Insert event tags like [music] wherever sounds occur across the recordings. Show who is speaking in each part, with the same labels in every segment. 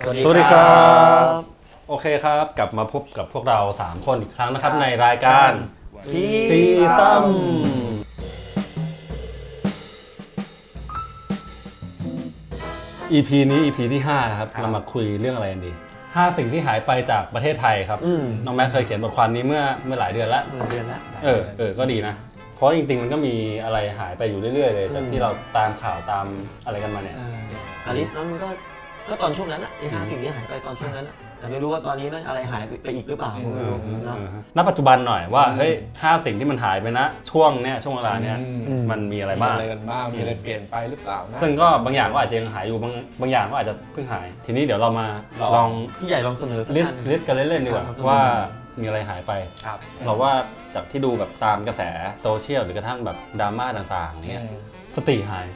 Speaker 1: สวัสดี
Speaker 2: สวัสดีครับ
Speaker 1: บ
Speaker 2: โอเคครับ กลับมาพบกับพวกเรา 3 คนอีกครั้งนะครับ
Speaker 1: ครับ
Speaker 2: ในรายการ
Speaker 1: พี่
Speaker 2: ซีซัมอีพีนี้ EP ที่ 5 นะครับ เรามาคุยเรื่องอะไรกันดี 5 สิ่งที่หายไปจากประเทศไทยครับ น้องแม็กซ์เคยเขียนบทความนี้เมื่อเมื่อหลายเดือนแล้ว
Speaker 1: เดือนละ
Speaker 2: เออ เออ ก็ดีนะ เพราะจริงๆ มันก็มีอะไรหายไปอยู่เรื่อยๆ เลยจากที่เราตามข่าวตามอะไรกันมาเนี่ย
Speaker 1: อาลิสนั้นมันก็ก็ตอนช่วงนั้นอะไอ้ห้าสิ่งที่หายไปตอนช่วงนั้นอะแต่ไม่รู้ว่าตอนนี้มันอะไรหายไปอีกหรือเปล่าผมไม่รู้เนอะ
Speaker 2: ณปัจจุบันหน่อยว่าเฮ้ยห้าสิ่งที่มันหายไปนะ ช่วงเนี้ยช่วงเวลาเนี้ย
Speaker 3: อืม
Speaker 2: มันมีอะไร
Speaker 3: มี
Speaker 2: บ้าง
Speaker 3: อะไรกันบ้าง มีอะไรเปลี่ยนไปหรือเปล่านะ
Speaker 2: ซึ่งก็บางอย่างก็อาจจะยังหายอยู่บางบางอย่างก็อาจจะเพิ่งหาย ทีนี้เดี๋ยวเรามา
Speaker 3: ลอง
Speaker 2: ลอง
Speaker 1: พี่ใหญ่ลองเสนอสัก
Speaker 2: ลิส
Speaker 1: อัน
Speaker 2: ต์ลิสต์กันเล่นๆดีกว่า
Speaker 1: อ่า
Speaker 2: ว่ามีอะไรหายไป
Speaker 3: ครับ
Speaker 2: เราว่าจากที่ดูแบบตามกระแสโซเชียลหรือกระทั่งแบบดราม่าต่างๆ
Speaker 3: เนี่
Speaker 2: เนี้
Speaker 3: ย
Speaker 2: ยสติหาย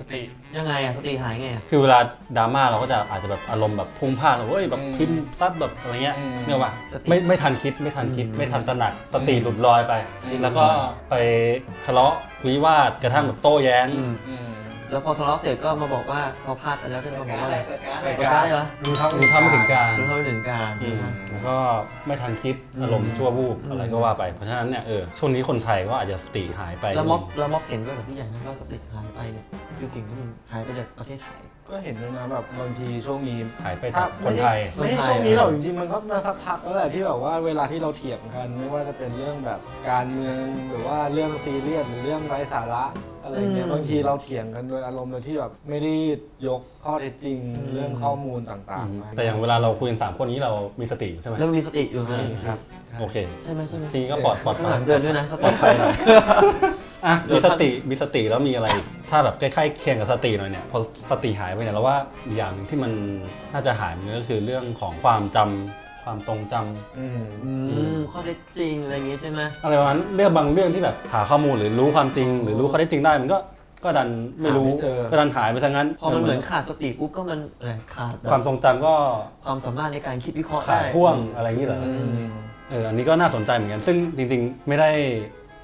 Speaker 3: สติ
Speaker 1: ยังไงอะสติหายไงอะ
Speaker 2: คือเวลาดราม่าเราก็จะอาจจะแบบอารมณ์แบบพุ่งพลาดเว้ยแบบ
Speaker 3: อืม
Speaker 2: พิมพ์ซัดแบบอะไรเงี้ย
Speaker 3: อืม
Speaker 2: เนี่ยว่ะไม่ไม่ทันคิดไม่ทันคิด ไม่ทันตระหนักสติหลุดลอยไป
Speaker 3: อืม
Speaker 2: แล้วก็ไปทะเลาะวิวาทกระทั่งแบบโต้แย้ง
Speaker 3: อืม
Speaker 1: แล้วพอทะเลาะเสร็จก็มาบอกว่าพอพลาดไปแล้วก็จะมาบอกว่าอะไร
Speaker 3: ราย
Speaker 1: ก็
Speaker 3: กา
Speaker 1: ได้
Speaker 3: ร
Speaker 1: เหรอ
Speaker 3: รู้เท่า
Speaker 2: รู้เท่าไม่ถึงการ
Speaker 1: รู้เท่าไม่ถึงการ
Speaker 2: อืมแล้วก็ไม่ทันคิดอารมณ์ชั่ววูบอะไรก็ว่าไป เพราะฉะนั้นเนี่ยเออช่วงนี้คนไทยก็อาจจะสติหายไป
Speaker 1: แล้วม็อบแล้วม็อบเห็นด้วยกับพี่ใหญ่ไหมว่าสติหายไปเนี่ยคือสิ่งที่มันหายไปจากประเทศไทย
Speaker 3: ก็เห็นด้วยนะแบบบางทีช่วงนี้
Speaker 2: หายไปจากคนไทย
Speaker 1: ม่
Speaker 3: ไม่
Speaker 1: ใช่
Speaker 3: ใช่ช่วงนี้หรอกจริงๆมันก็มาสักพักแล้วแหละที่แบบว่าเวลาที่เราเถียงกัน ไม่ว่าจะเป็นเรื่องแบบการเมืองหรือว่าเรื่องซีเรียสหรือเรื่องไร้สาระอะไรเงี้
Speaker 1: อื
Speaker 3: ย
Speaker 1: ม
Speaker 3: บางทีเราเถียงกันโดยอารมณ์โดยที่แบบไม่ได้ยกข้อเท็จจริง
Speaker 1: อืม
Speaker 3: เรื่องข้อมูลต่างๆม
Speaker 2: แต่อย่างเวลาเราคุยกันสามคนนี้เรามีสติอยู่ใช่ไหม
Speaker 1: แล้วมีสติอยู่ไหม
Speaker 3: ครับ
Speaker 2: โอเค
Speaker 1: ใช่ไหมใช่ไหม
Speaker 2: ทีนี้ก็ปลอดปลอด
Speaker 1: ข้าง
Speaker 2: ภั
Speaker 1: ห
Speaker 2: ย
Speaker 1: ลังเดิน [laughs] ด้วยนะสติไป
Speaker 2: อ่ะมีสติมีสติแล้วมีอะไรอีกถ้าแบบใกล้ๆเคียงกับสติหน่อยเนี่ยพอสติหายไปเนี่ยเราว่าอีกอย่างหนึ่งที่มันน่าจะหายมันก็คือเรื่องของความจำความทรงจำ
Speaker 3: อืม
Speaker 1: อืมข้อเท็จจริงอะไรอย่างงี้ใช่ไหม
Speaker 2: อะไรประมาณนั้นเรื่องบางเรื่องที่แบบหาข้อมูลหรือรู้ความจริง หรือรู้ข้อเท็จจริงได้มันก็ก็ดันไม่รู้
Speaker 3: หาไม่เจอ
Speaker 2: ก็ดันหายไปซะงั้น
Speaker 1: พอมันเหมือนขาดสติปุ๊บก็มันเออขาดแบบ
Speaker 2: ความทรงจำก็
Speaker 1: ความสามารถในการคิดวิเคราะห์
Speaker 2: ขา
Speaker 1: ได้
Speaker 2: ดพ่วงอะไรอย่างนี้เหรออเอออันนี้ก็น่าสนใจเหมือนกัน ซึ่งจริง ๆ ไม่ได้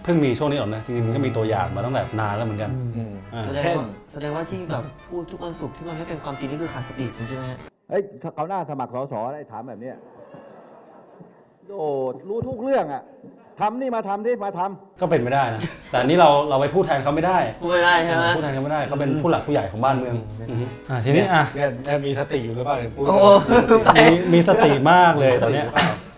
Speaker 2: เพิ่งมีช่วงนี้หรอกนะจริงๆมันก็มีตัวอย่างมาตั้งแต่นานแล้วเหมือนกัน
Speaker 3: อืม
Speaker 2: อ่า
Speaker 1: แสด
Speaker 2: เช่
Speaker 1: ง
Speaker 2: น
Speaker 1: ว่าแสดงว่าที่
Speaker 2: [laughs]
Speaker 1: แบบพูดทุกวันศุกร์ที่มันไม่เป็นความจริงนี่คือขาดสติจริงใช่ไหมฮะ
Speaker 4: เฮ้ยถ้าเขาหน้าสมัครสอสอนะได้ถามแบบเนี้ยโอ้รู้ทุกเรื่องอะทำนี่มาทำนี่มาท
Speaker 2: ก็เป็นไม่ได้นะ แต่อันนี้เราเราไปพูดแทนเขาไม่ได้
Speaker 1: พูดไม่ได้ใช่ไหม
Speaker 2: พูดแทนเขาไม่ได้เขาเป็นผู้หลักผู้ใหญ่ของบ้านเมืองอ่ะทีนี้อ่ะ
Speaker 3: เนี่ยเนี่ยมีสติอยู่หรือเปล่าถึงพูด
Speaker 1: โอ้โหตาย
Speaker 2: มีมีสติมากเลยตอนเนี้ย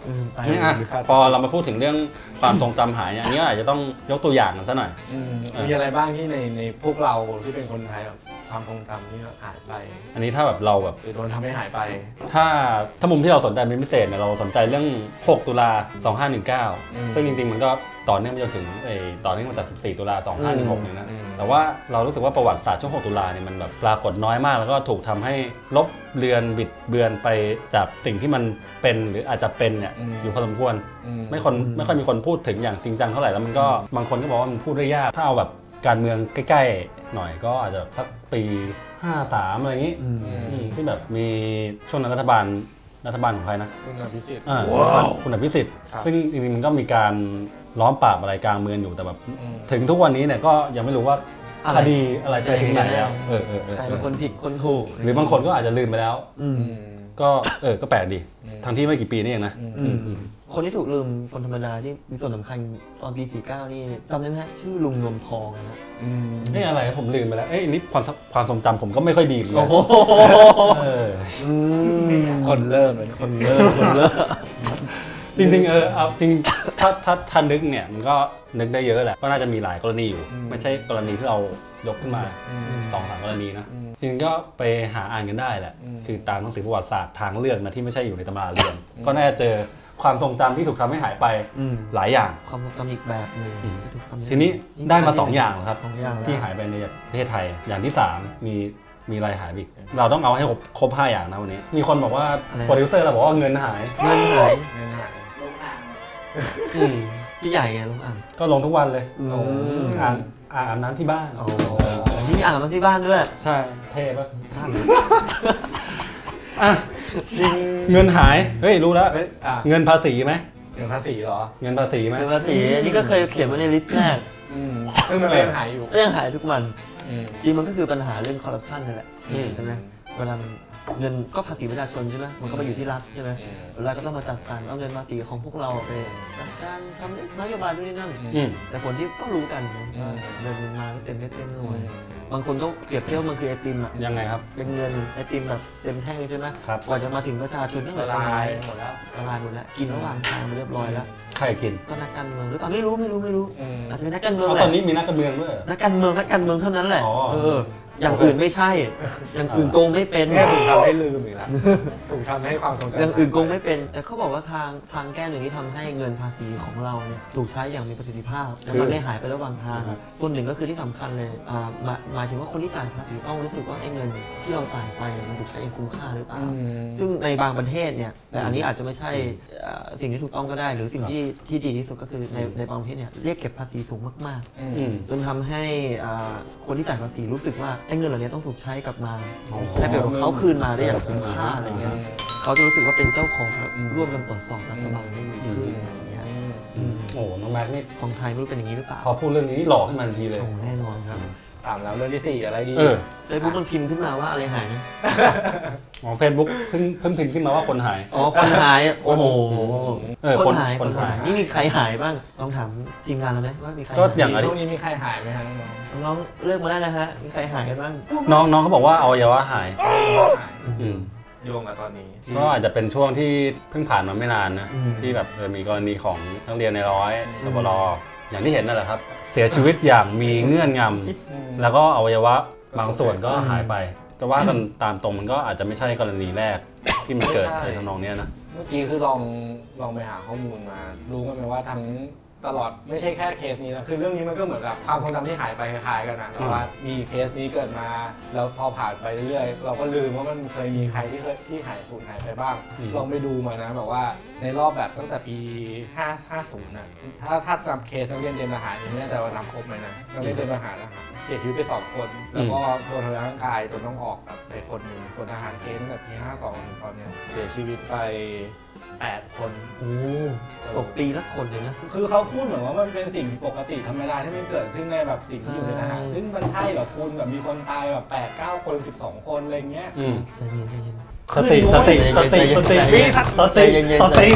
Speaker 1: อืมตาย
Speaker 2: นี่อ่ะพอเรามาพูดถึงเรื่องความทรงจำหายเนี่ยอันนี้อาจจะต้องยกตัวอย่างกันซะหน่อย
Speaker 3: อืมมีอะไรบ้างที่ในในพวกเราที่เป็นคนไทยแบบความทรงจำที่แบบหายไป
Speaker 2: อันนี้ถ้าแบบเราแบบ
Speaker 3: หรือโดนทำให้หายไป
Speaker 2: ถ้าถ้ามุมที่เราสนใจเป็นพิเศษเนี่ยเราสนใจเรื่อง 6 ตุลา
Speaker 3: อืม
Speaker 2: 2519 ซึ่งจริงๆ มันก็ต่อเนื่องมาจนถึงไอ้ต่อเนื่องมาจาก 14 ตุลา 2516เนี่ยนะ
Speaker 3: อืม
Speaker 2: แต่ว่าเรารู้สึกว่าประวัติศาสตร์ช่วง 6 ตุลาเนี่ยมันแบบปรากฏน้อยมาก แล้วก็ถูกทำให้ลบเลือนบิดเบือนไปจากสิ่งที่มันเป็นหรืออาจจะเป็นเนี่ยอยู่พอสมควร
Speaker 3: อื
Speaker 2: ไม่คนไม่ค่อยมีคนพูดถึงอย่างจริงจังเท่าไหร่แล้วมันก็บางคนก็บอกว่ามันพูดได้ยาก ถ้าเอาแบบการเมืองใกล้ๆ หน่อยก็อาจจะสักปี 53 อะไรอย่างนี้
Speaker 1: อืม
Speaker 3: อื
Speaker 2: อื
Speaker 3: ม
Speaker 2: มที่แบบมีช่วงนั้นรัฐบาลรัฐบาลของใครนะ
Speaker 3: คุณอภิสิทธิ์
Speaker 2: อ่าคุณอภิสิทธิ์
Speaker 3: ครับ
Speaker 2: ซึ่งจริงๆมันก็มีการล้อมปราบอะไรกลางเมืองอยู่แต่แบบ
Speaker 3: อืม
Speaker 2: ถึงทุกวันนี้เนี่ยก็ยังไม่รู้ว่า
Speaker 1: อะไร
Speaker 2: คดีอะไรไปถึงไหนแล้วเออเออเออ
Speaker 1: ใคร
Speaker 2: เอ
Speaker 1: เป็นค
Speaker 2: อน
Speaker 1: ผิดคนถูก
Speaker 2: หรือบางคนก็อาจจะลืมไปแล้ว
Speaker 1: อืม
Speaker 3: อืม
Speaker 2: ก็เออก็แปลกดี
Speaker 3: อืม
Speaker 2: ทั้งที่ไม่กี่ปีนี่เองนะ
Speaker 1: อืมคนที่ถูกลืมคนธรรมดาที่มีส่วนสำคัญตอนปี49นี่จำได้ไหมฮะชื่อลุงนวมทองนะฮะ
Speaker 3: อืม
Speaker 2: เอ้ยอะไรผมลืมไปแล้วเอ้ยนี่ความความทรงจำผมก็ไม่ค่อยดีเหมือนกั
Speaker 1: โอ้
Speaker 2: น
Speaker 1: โห
Speaker 2: เออ
Speaker 1: อืม
Speaker 3: คนเริ่มเลยคนเริ่ม
Speaker 2: จริงๆเออเอาจริงถ้าถ้าถ้านึกเนี่ยมันก็นึกได้เยอะแหละก็น่าจะมีหลายกรณีอยู่
Speaker 3: อืม
Speaker 2: ไม่ใช่กรณีที่เรายกขึ้นมา
Speaker 3: อืม
Speaker 2: สองสามกรณีนะ
Speaker 3: อืม
Speaker 2: จริงๆก็ไปหาอ่านกันได้แหละ
Speaker 3: อืม
Speaker 2: คือตามหนังสือประวัติศาสตร์ทางเลือกนะที่ไม่ใช่อยู่ในตำราเรียน ก็น่าจะเจอความทรงจำที่ถูกทำให้หายไป
Speaker 1: อืม
Speaker 2: หลายอย่าง
Speaker 1: ความทรงจำอีกแบบหนึ่ง
Speaker 2: อืม
Speaker 1: ถูกทำให้
Speaker 2: ทีนี้ได้มา 2 อย่างแล้วครับ
Speaker 1: สองอย่างแล้ว
Speaker 2: ที่หายไปในประเทศไทยอย่างที่ 3 มีมีอะไรหายไปอีกเราต้องเอาให้ครบครบห้าอย่างนะวันนี้ มีคนบอกว่าโปรดิวเซอร์เราบอกว่าเงินหาย
Speaker 1: เงินหาย
Speaker 3: เงินหาย
Speaker 2: อืม
Speaker 1: พี่ใหญ่ไงลุงอ่าง
Speaker 2: ก็ลงทุกวันเลย
Speaker 3: โอ้
Speaker 1: ม
Speaker 2: อ่างอ่างอาบน้ำที่บ้าน
Speaker 1: โอ้โหนี่อ่านมาที่บ้านด้วย
Speaker 2: ใช่เท่ปะอ่ะเงินหาย เฮ้ย รู้แล้ว
Speaker 3: เอ้ยอ่ะ
Speaker 2: เงินภาษีไหม
Speaker 3: เงินภาษีเหรอ
Speaker 2: เงินภาษีไหม
Speaker 1: เป็นภาษีนี่ก็เคยเขียนไว้ในลิสต์แรก
Speaker 3: อืมซึ่งมันก็ยังหายอยู่
Speaker 1: เรื่องหายทุกวัน
Speaker 3: อืม
Speaker 1: จริงมันก็คือปัญหาเรื่องคอร์รัปชันนี่แหละใช่ไหม เวลามันเงินก็ภาษีประชาชนใช่ไหมมันก็ไปอยู่ที่รัฐใช่ไหม
Speaker 5: อืม
Speaker 1: รัฐก็ต้องมาจัดสรรเอาเงินภาษีของพวกเราไปจัดการทำนโยบายด้วยนนั่น
Speaker 5: อืม
Speaker 2: อืม
Speaker 1: แต่ผลที่ก็รู้กันนะ
Speaker 5: อืม
Speaker 1: เงินมันมาไม่เต็มไม่เต็มห
Speaker 5: อื
Speaker 1: น่วย
Speaker 5: ม
Speaker 1: บางคนก็เปรียบเทียบว่ามันคือไอติมอ่ะ
Speaker 2: ยังไงครับ
Speaker 1: เป็นเงินไอติมแบบเต็มแท่งเลยใช่ไหม
Speaker 2: ครับ
Speaker 1: กว่าจะมาถึงประชาชนนั่นแห
Speaker 5: ละ
Speaker 1: ละ
Speaker 5: ลาย
Speaker 1: ห
Speaker 5: ห
Speaker 1: ม
Speaker 5: ม
Speaker 1: ด
Speaker 5: ดแล้ว
Speaker 1: ละลายหมดแล้วกินระหว่างทางมาเรียบร้อยแล้ว
Speaker 2: ใครกิน
Speaker 1: ก็นักการเมืองหรือเปล่าไม่รู้ไม่รู้ไม่รู้
Speaker 5: อืม
Speaker 1: อาจจะเป็นนักการเมือง
Speaker 2: เอา
Speaker 1: แห
Speaker 2: ตอน
Speaker 1: ละ
Speaker 2: นี้มีนักการเมืองด้วยเหรอ
Speaker 1: นักการเมืองนักการเมืองเท่านั้นแหละ
Speaker 2: อ๋อ
Speaker 1: เออ อย่างอื่นไม่ใช่ อย่างอื่นโกงไม่เป็น
Speaker 3: แค่ถูกทำให้ลืมอีกแล้วถูกทำให้ความทรงจำ
Speaker 1: อย่างอื่นโกงไม่เป็น แต่เขาบอกว่าทางทางแก้หนึ่งที่ทำให้เงินภาษีของเราเนี่ยถูกใช้อย่างมีประสิทธิภาพและมันไม่หายไประหว่างทาง ส่วนหนึ่งก็คือที่สำคัญเลยอ่าหมายหมายถึงว่าคนที่จ่ายภาษีต้องรู้สึกว่าไอ้เงินที่เราจ่ายไปมันถูกใช้อย่างคุ้มค่าหรือเปล่า ซึ่งในบางประเทศเนี่ยแต่อันนี้อาจจะไม่ใช่เอ่อสิ่งที่ถูกต้องก็ได้ หรือสิ่งที่ที่ดีที่สุดก็คือในในบางประเทศเนี่ยเรียกเก็บภาษีสูงมาก ๆ
Speaker 5: อืม
Speaker 2: อืม
Speaker 1: จนทำให้อ่าคนที่จ่ายภาษีรู้สึกว่าไอ้เงินเหล่านี้ต้องถูกใช้กลับมา
Speaker 2: อ๋อ
Speaker 1: และเดี๋ยวเขาคืนมาได้อย่างคุ้มค่าอะไรเงี้ยเขาจะรู้สึกว่าเป็นเจ้าของและร่วมกันตรวจสอบรัฐบาลได้ดีขึ้นอะไรเงี้ย
Speaker 2: อืมโอ้โหน้องแม็กซ์นี่
Speaker 1: ของไทยไม่รู้เป็นอย่างนี้หรือเปล่า
Speaker 2: พอพูดเรื่องนี้นี่หลอกขึ้นมาทันทีเลย
Speaker 1: โอ้แน่นอนครับ
Speaker 5: ถามแล้วเรื่องที่สี่อะไรดี
Speaker 2: เออ
Speaker 1: เฟซบุ๊กมันพิมพ์ขึ้นมาว่าอะไรหายนะ
Speaker 2: อ๋อเฟซบุ๊กเพิ่งเพิ่งพิมพ์ขึ้นมาว่าคนหาย
Speaker 1: อ๋อคนหายโอ้โห
Speaker 2: เออ
Speaker 1: ค
Speaker 2: คน น
Speaker 1: หาย
Speaker 2: คนหาย
Speaker 1: นี่มีใครหายบ้างลองถามทีมงานเราไหมว่ามีใครห
Speaker 2: ก็อย่าง
Speaker 1: าย
Speaker 2: อาทิ
Speaker 5: ช่
Speaker 2: ต
Speaker 5: วง
Speaker 2: ย์
Speaker 5: นี้มีใครหายไหมฮะ
Speaker 1: น้
Speaker 5: น้อง
Speaker 1: องๆเลิกมาได้นะฮะมีใครหายกันบ้าง
Speaker 2: น้องน้องเขาบอกว่าอวัยวะหาย
Speaker 5: ๆหาย
Speaker 2: อืม
Speaker 5: โยงกับตอนนี้
Speaker 2: ก็อาจจะเป็นช่วงที่เพิ่งผ่านมาไม่นานนะ
Speaker 1: อืม
Speaker 2: ที่แบบเออมีกรณีของนักเรียนในร้อย
Speaker 5: อื
Speaker 2: ต
Speaker 5: ม
Speaker 2: บลออย่างที่เห็นนั่นแหละครับ เสียชีวิตอย่างมีเงื่อนงำแล้วก็อวัยวะบางส่วนก็หายไปจะว่ากัน [coughs] ตามตรงมันก็อาจจะไม่ใช่กรณีแรกที่มันเกิดในทำนองเนี้ยนะ
Speaker 5: เมื่อกี้คือลองลองไปหาข้อมูลมา รู้กันไหมว่าทั้งตลอดไม่ใช่แค่เคสนี้นะคือเรื่องนี้มันก็เหมือนแบบความทรงจำที่หายไปคล้ายๆกันนะแต่ว่ามีเคสนี้เกิดมาแล้วพอผ่านไปเรื่อยๆเราก็ลืมว่ามันเคยมีใครที่เคยที่หายสูญหายไปบ้าง
Speaker 2: อืม
Speaker 5: ลองไปดูมานะแบบว่าในรอบแบบตั้งแต่ปี5 50นะถ้าถ้าจำเคสนักเรียนเตรียมทหารอย่างนี้แต่ว่านำครบไหมนะนักเรียนเตรียมทหารนะครับเสียชีวิตไปสองคน แล้วก็โดนทำร้ายร่างกายจนต้องออกแบบไปคนหนึ่งส่วนทหารเกณฑ์ตั้งแต่ปี52ถึงตอนเนี้ยเสียชีวิตไป 8 คน
Speaker 1: โอ้ตกปีละคนเลยนะ
Speaker 5: คือเขาพูดเหมือนว่ามันเป็นสิ่งปกติธรรมดาที่มันเกิดขึ้นในแบบสิ่งที่อยู่ในทหาร
Speaker 1: ใช่
Speaker 5: ซึ่งมันใช่เหรอคุณแบบมีคนตายแบบ8 9 คน 12 คนอะไรเงี้ย
Speaker 2: อืม
Speaker 1: ใจเย็นใจเย็น
Speaker 2: สติสติสติสติสติสติ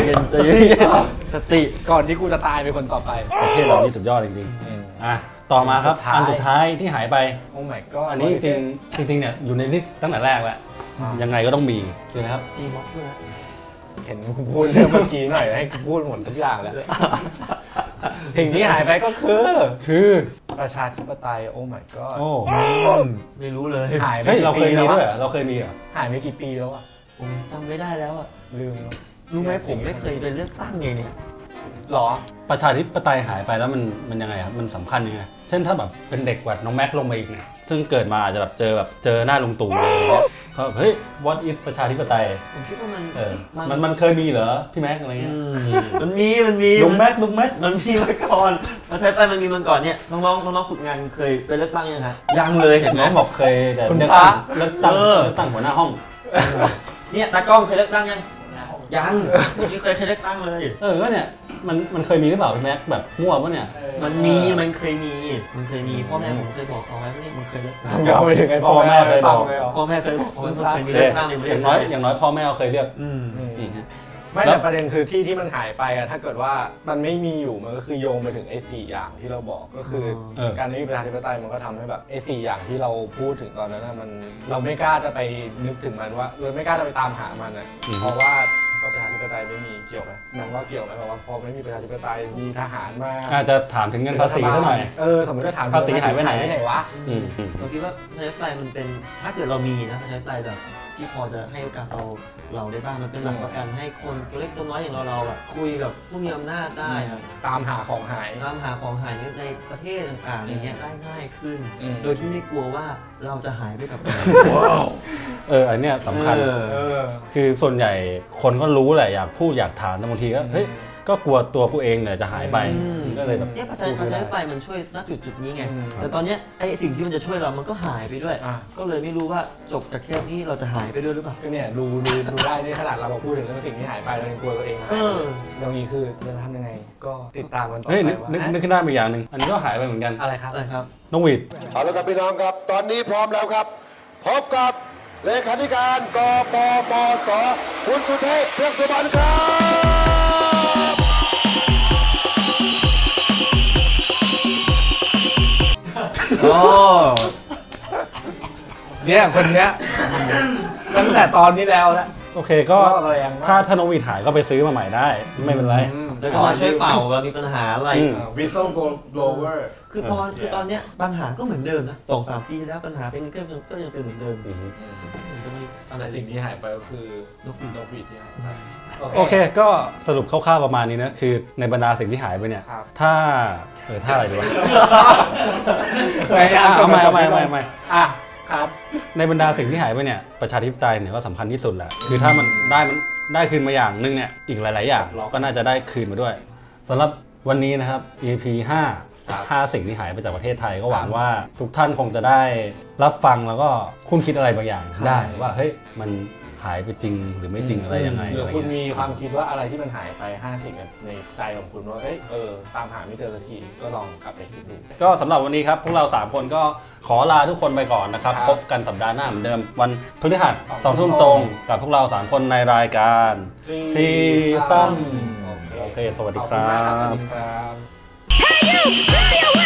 Speaker 1: สติ
Speaker 5: ก่อนที่กูจะตายเป็นคนต่อไป
Speaker 2: ประเทศเรานี่สุดยอดจริง
Speaker 5: อืม
Speaker 2: ๆอ่ะต่อมาครับ
Speaker 5: อั
Speaker 2: อั
Speaker 5: น
Speaker 2: น
Speaker 5: สุ
Speaker 2: สุ
Speaker 5: ด
Speaker 2: ด
Speaker 5: ท้า
Speaker 2: ท้าย ยที่หายไป
Speaker 5: โอ้ my god
Speaker 2: อันนี้จริงจริงๆเนี่ยอยู่ในลิสต์ตั้งแต่แรกแหละ
Speaker 5: อ่ายั
Speaker 2: ยังไงก็ต้องมีคือนะครับ
Speaker 1: ตีม็อกเพื่อน
Speaker 5: เห็นกูพูดเรื่องเมื่อกี้หน่อยให้กูพูดหมดทุกอย่างเลยสิ่งที่หายไปก็คือ
Speaker 2: คือ
Speaker 5: ประชาธิปไตย โอ้ my god
Speaker 2: โอ้
Speaker 1: ไม่รู้เลย
Speaker 5: หายไป
Speaker 2: เฮ้ย
Speaker 5: กี่
Speaker 2: เราเคย
Speaker 5: ปี
Speaker 2: มี
Speaker 5: แล้ว
Speaker 2: ด้วยเหรอ
Speaker 5: อะ
Speaker 2: เราเคยมีเหรอ
Speaker 5: หายไปกี่ปีแล้วอะ
Speaker 1: ผมจำไม่ได้แล้วอ่ะ
Speaker 5: ลืมแล้ว
Speaker 1: รู้ไหมผมไม่เคยไปเลือกตั้งเลยเนี่ย
Speaker 5: หรอ
Speaker 2: ประชาธิปไตยหายไปแล้วมันมันยังไงครับมันสำคัญยังไง เช่นถ้าแบบเป็นเด็กแวัดน้องแม็กลงมาอีกเนี่ยซึ่งเกิดมาอาจจะแบบเจอแบบเจอหน้าลุงตู่เลยเนี่ยเขาเฮ้ย what is ประชาธิปไตย
Speaker 1: ผมคิดว่ามัน
Speaker 2: เออมันมันเคยมีเหรอพี่แม็กอะไรเงี้ย
Speaker 1: มันมีมันมี
Speaker 2: ลุงแม็กลุงแม็ก
Speaker 1: มันมีมาก่อนประชาธิปไตยมันมีมาก่อนเนี่ยน้องๆน้องๆฝึกงานเคยไปเลือกตั้งยังคะยังเลยเห็นไหม
Speaker 2: น้องบอกเคยแต่
Speaker 5: คุณ
Speaker 2: เลือก
Speaker 5: พระ
Speaker 2: ตั้งเลือกตั้ง
Speaker 1: เออ
Speaker 2: เลือกตั้งหัวหน้าห้อง
Speaker 1: เนี่ยตากล้องเคยเลือกตั้งยังยังไม่เคยเคยเลือกตั้งเลย
Speaker 2: เออก็เนี่ยมันมันเคยมีหรือเปล่าพี่แม็กแบบมั่วปะเนี่ย
Speaker 1: มันมีมันเคยมีมันเคยมีพ่อแม่ผมเคยบอกเอาไว้ว่าเนี่ยมันเคยเลือกตั้ง
Speaker 5: ต้องย้อนไปถึงไอ้พ่อแม่
Speaker 2: พ่อแม่เคยบอก
Speaker 5: เลยเหรอ
Speaker 1: พ่อแม่เคยบอกว่าเคยมี
Speaker 2: โอเค
Speaker 1: เรื่องตั้งใน
Speaker 2: อ
Speaker 1: เรื่อย่าง
Speaker 2: งน้อยอย่างน้อยพ่อแม่เราเคยเลือก
Speaker 1: อืม
Speaker 2: อืมฮะ
Speaker 5: ไม่
Speaker 2: แล้
Speaker 5: แต่
Speaker 2: ว
Speaker 5: ประเด็นคือที่ที่มันหายไปอะถ้าเกิดว่ามันไม่มีอยู่มันก็คือโยงไปถึงไอ้สี่อย่างที่เราบอกก็คืออ
Speaker 2: ม
Speaker 5: การไม่มีประชาธิปไตยมันก็ทำให้แบบไอ้สี่อย่างที่เราพูดถึงตอนนั้นอะมันเราไม่กล้าจะไปนึกถึงมันว่าเราไม่กล้าจะไปตามหามันนะเพราะว่าก็ประชาธิปไตยไม่มีเกี่ยวไหมหนังว่าเกี่ยวไหมแบบว่าพอไม่มีประชาธิปไตยมีทหารมา
Speaker 2: อาจจะถามถึงเงินภาษีซะหน่อย
Speaker 5: เออสมมติถ้าถาม
Speaker 2: ภาษีหายไปไหน
Speaker 5: วะ
Speaker 2: อืมอืม
Speaker 1: เราคิดว่าประชาธิปไตยมันเป็นถ้าเกิดเรามีนะประชาธิปไตยแบบที่พอจะให้โอกาสเราเราได้บ้างมันเป็นหลักประกันให้คนตัวเล็กตัวน้อยอย่างเราเราๆอะคุยกับผู้มีอำนาจได้อะ
Speaker 5: ตามหาของหาย
Speaker 1: ตามหาของหายในประเทศต่างๆอะไรเงี้ยได้ง่ายขึ้น
Speaker 5: อืม
Speaker 1: โดยที่ไม่กลัวว่าเราจะหายไปกับมัน
Speaker 2: เออ อันเนี้ยสำคัญ
Speaker 1: เออ
Speaker 5: เออ
Speaker 2: คือส่วนใหญ่คนก็รู้แหละอยากพูดอยากถามแต่บางทีก็เฮ้ย ก็กลัวตัวกูเองเนี่ยจะหายไป
Speaker 1: อืม
Speaker 2: ก็เลยแบบ
Speaker 1: เนี่ยประชาประชาธิปไตยมันช่วยณจุดจุดๆนี้ไง
Speaker 5: อืม
Speaker 1: แต่ตอนเนี้ยไอสิ่งที่มันจะช่วยเรามันก็หายไปด้วย
Speaker 5: อ่ะ
Speaker 1: ก็เลยไม่รู้ว่าจบจากเทปนี้เราจะหายไปด้วยหรือเปล่า
Speaker 5: ก็เนี่ยดูดูดูได้ในขนาดเราบอกพูดถึงเรื่องสิ่งที่หายไปเรายังกลัวตัวเองนะ
Speaker 1: เออ
Speaker 5: อย่างนี้คือจะทำยังไง ก็ติดตามกันต่อ
Speaker 2: เฮ้ย
Speaker 5: ไป
Speaker 2: นึกนึก
Speaker 5: ว่า
Speaker 2: นึกขึ้นได้อีกอย่างหนึ่ง อันนี้ก็หายไปเหมือนกัน
Speaker 5: อะไรครับ
Speaker 1: อะไรครับ
Speaker 2: น้องหวีด
Speaker 6: เอาละครับพี่น้องครับ ตอนนี้พร้อมแล้วครับ พบกับ เลขาธิการกปปสคุณสุเทพเทือกสุบรรณครับ
Speaker 3: เนี่ยคนเนี้ย ตั้งแต่ตอนนี้แล้วแล้ว
Speaker 2: โอเคก็
Speaker 3: ว่าอะไรอย่างนั้น
Speaker 2: ถ้าถ้านกหวีดหายก็ไปซื้อมาใหม่ได้ ไม่เป็นไร
Speaker 1: แล้วก็มาช่วยเป่าเวลามีปัญหาอะไร
Speaker 2: อืม
Speaker 3: วิสเซิลโบลเวอร์
Speaker 1: คือตอนคือตอนเนี้ยปัญหาก็เหมือนเดิมนะสองสามปีที่แล้วปัญหาเป็นก็ยังก็ยังเป็นเหมือนเดิม
Speaker 2: อืม
Speaker 1: มันจะมีอะไร
Speaker 5: แต่
Speaker 1: สิ่
Speaker 5: สิ่
Speaker 1: ง
Speaker 5: ง
Speaker 1: นี้
Speaker 5: ที่หายไปก็คือน
Speaker 1: กหวีด
Speaker 5: นกหวีดที่หายไป
Speaker 2: โอเคก็สรุปคร่าวๆประมาณนี้นะ คือในบรรดาสิ่งที่หายไปเนี่ย
Speaker 5: ครับ
Speaker 2: ถ้าเออถ้าอะไรดีวะ
Speaker 3: พยายามจะ
Speaker 2: เอาใหม่เอาใหม่
Speaker 3: จบให้ได้
Speaker 2: เอาใหม่
Speaker 3: อ่ะครับ
Speaker 2: ในบรรดาสิ่งที่หายไปเนี่ยประชาธิปไตยเนี่ยก็สำคัญที่สุดแหละคือถ้ามันได้มันได้คืนมาอย่างหนึงเนี่ยอีกหลาย ๆ อย่าง เราก็น่าจะได้คืนมาด้วยสำหรับวันนี้นะครับ EP 5 5สิ่งที่หายไปจากประเทศไทยก็หวังว่าทุกท่านคงจะได้รับฟังแล้วก็คุณคิดอะไรบางอย่างได้ว่าเฮ้ยมันหายไปจริงหรือไม่จริงอะไรยังไง
Speaker 5: หรือ
Speaker 2: อะไร
Speaker 5: คุณ
Speaker 2: เงี้ย
Speaker 5: มีความคิดว่าอะไรที่มันหายไป50เนี่ยในใจของคุณว่าเอ้ยเออตามหาไม่เจอสักทีก็ลองกลับไปคิดดู
Speaker 2: ก็สำหรับวันนี้ครับพวกเราสามคนก็ขอลาทุกคนไปก่อนนะครับ
Speaker 5: ครับ
Speaker 2: พบกันสัปดาห์หน้าเหมือนเดิมวันพฤหัสสองทุ่มตรงกับพวกเราสามคนในรายการ ที่ซ้ำโอเค สวัสดี
Speaker 5: ขอบ
Speaker 2: ค
Speaker 5: คุณ
Speaker 2: รั
Speaker 5: มากครับส
Speaker 2: บ
Speaker 5: วัสดีครับ
Speaker 7: Hey you, hey you, hey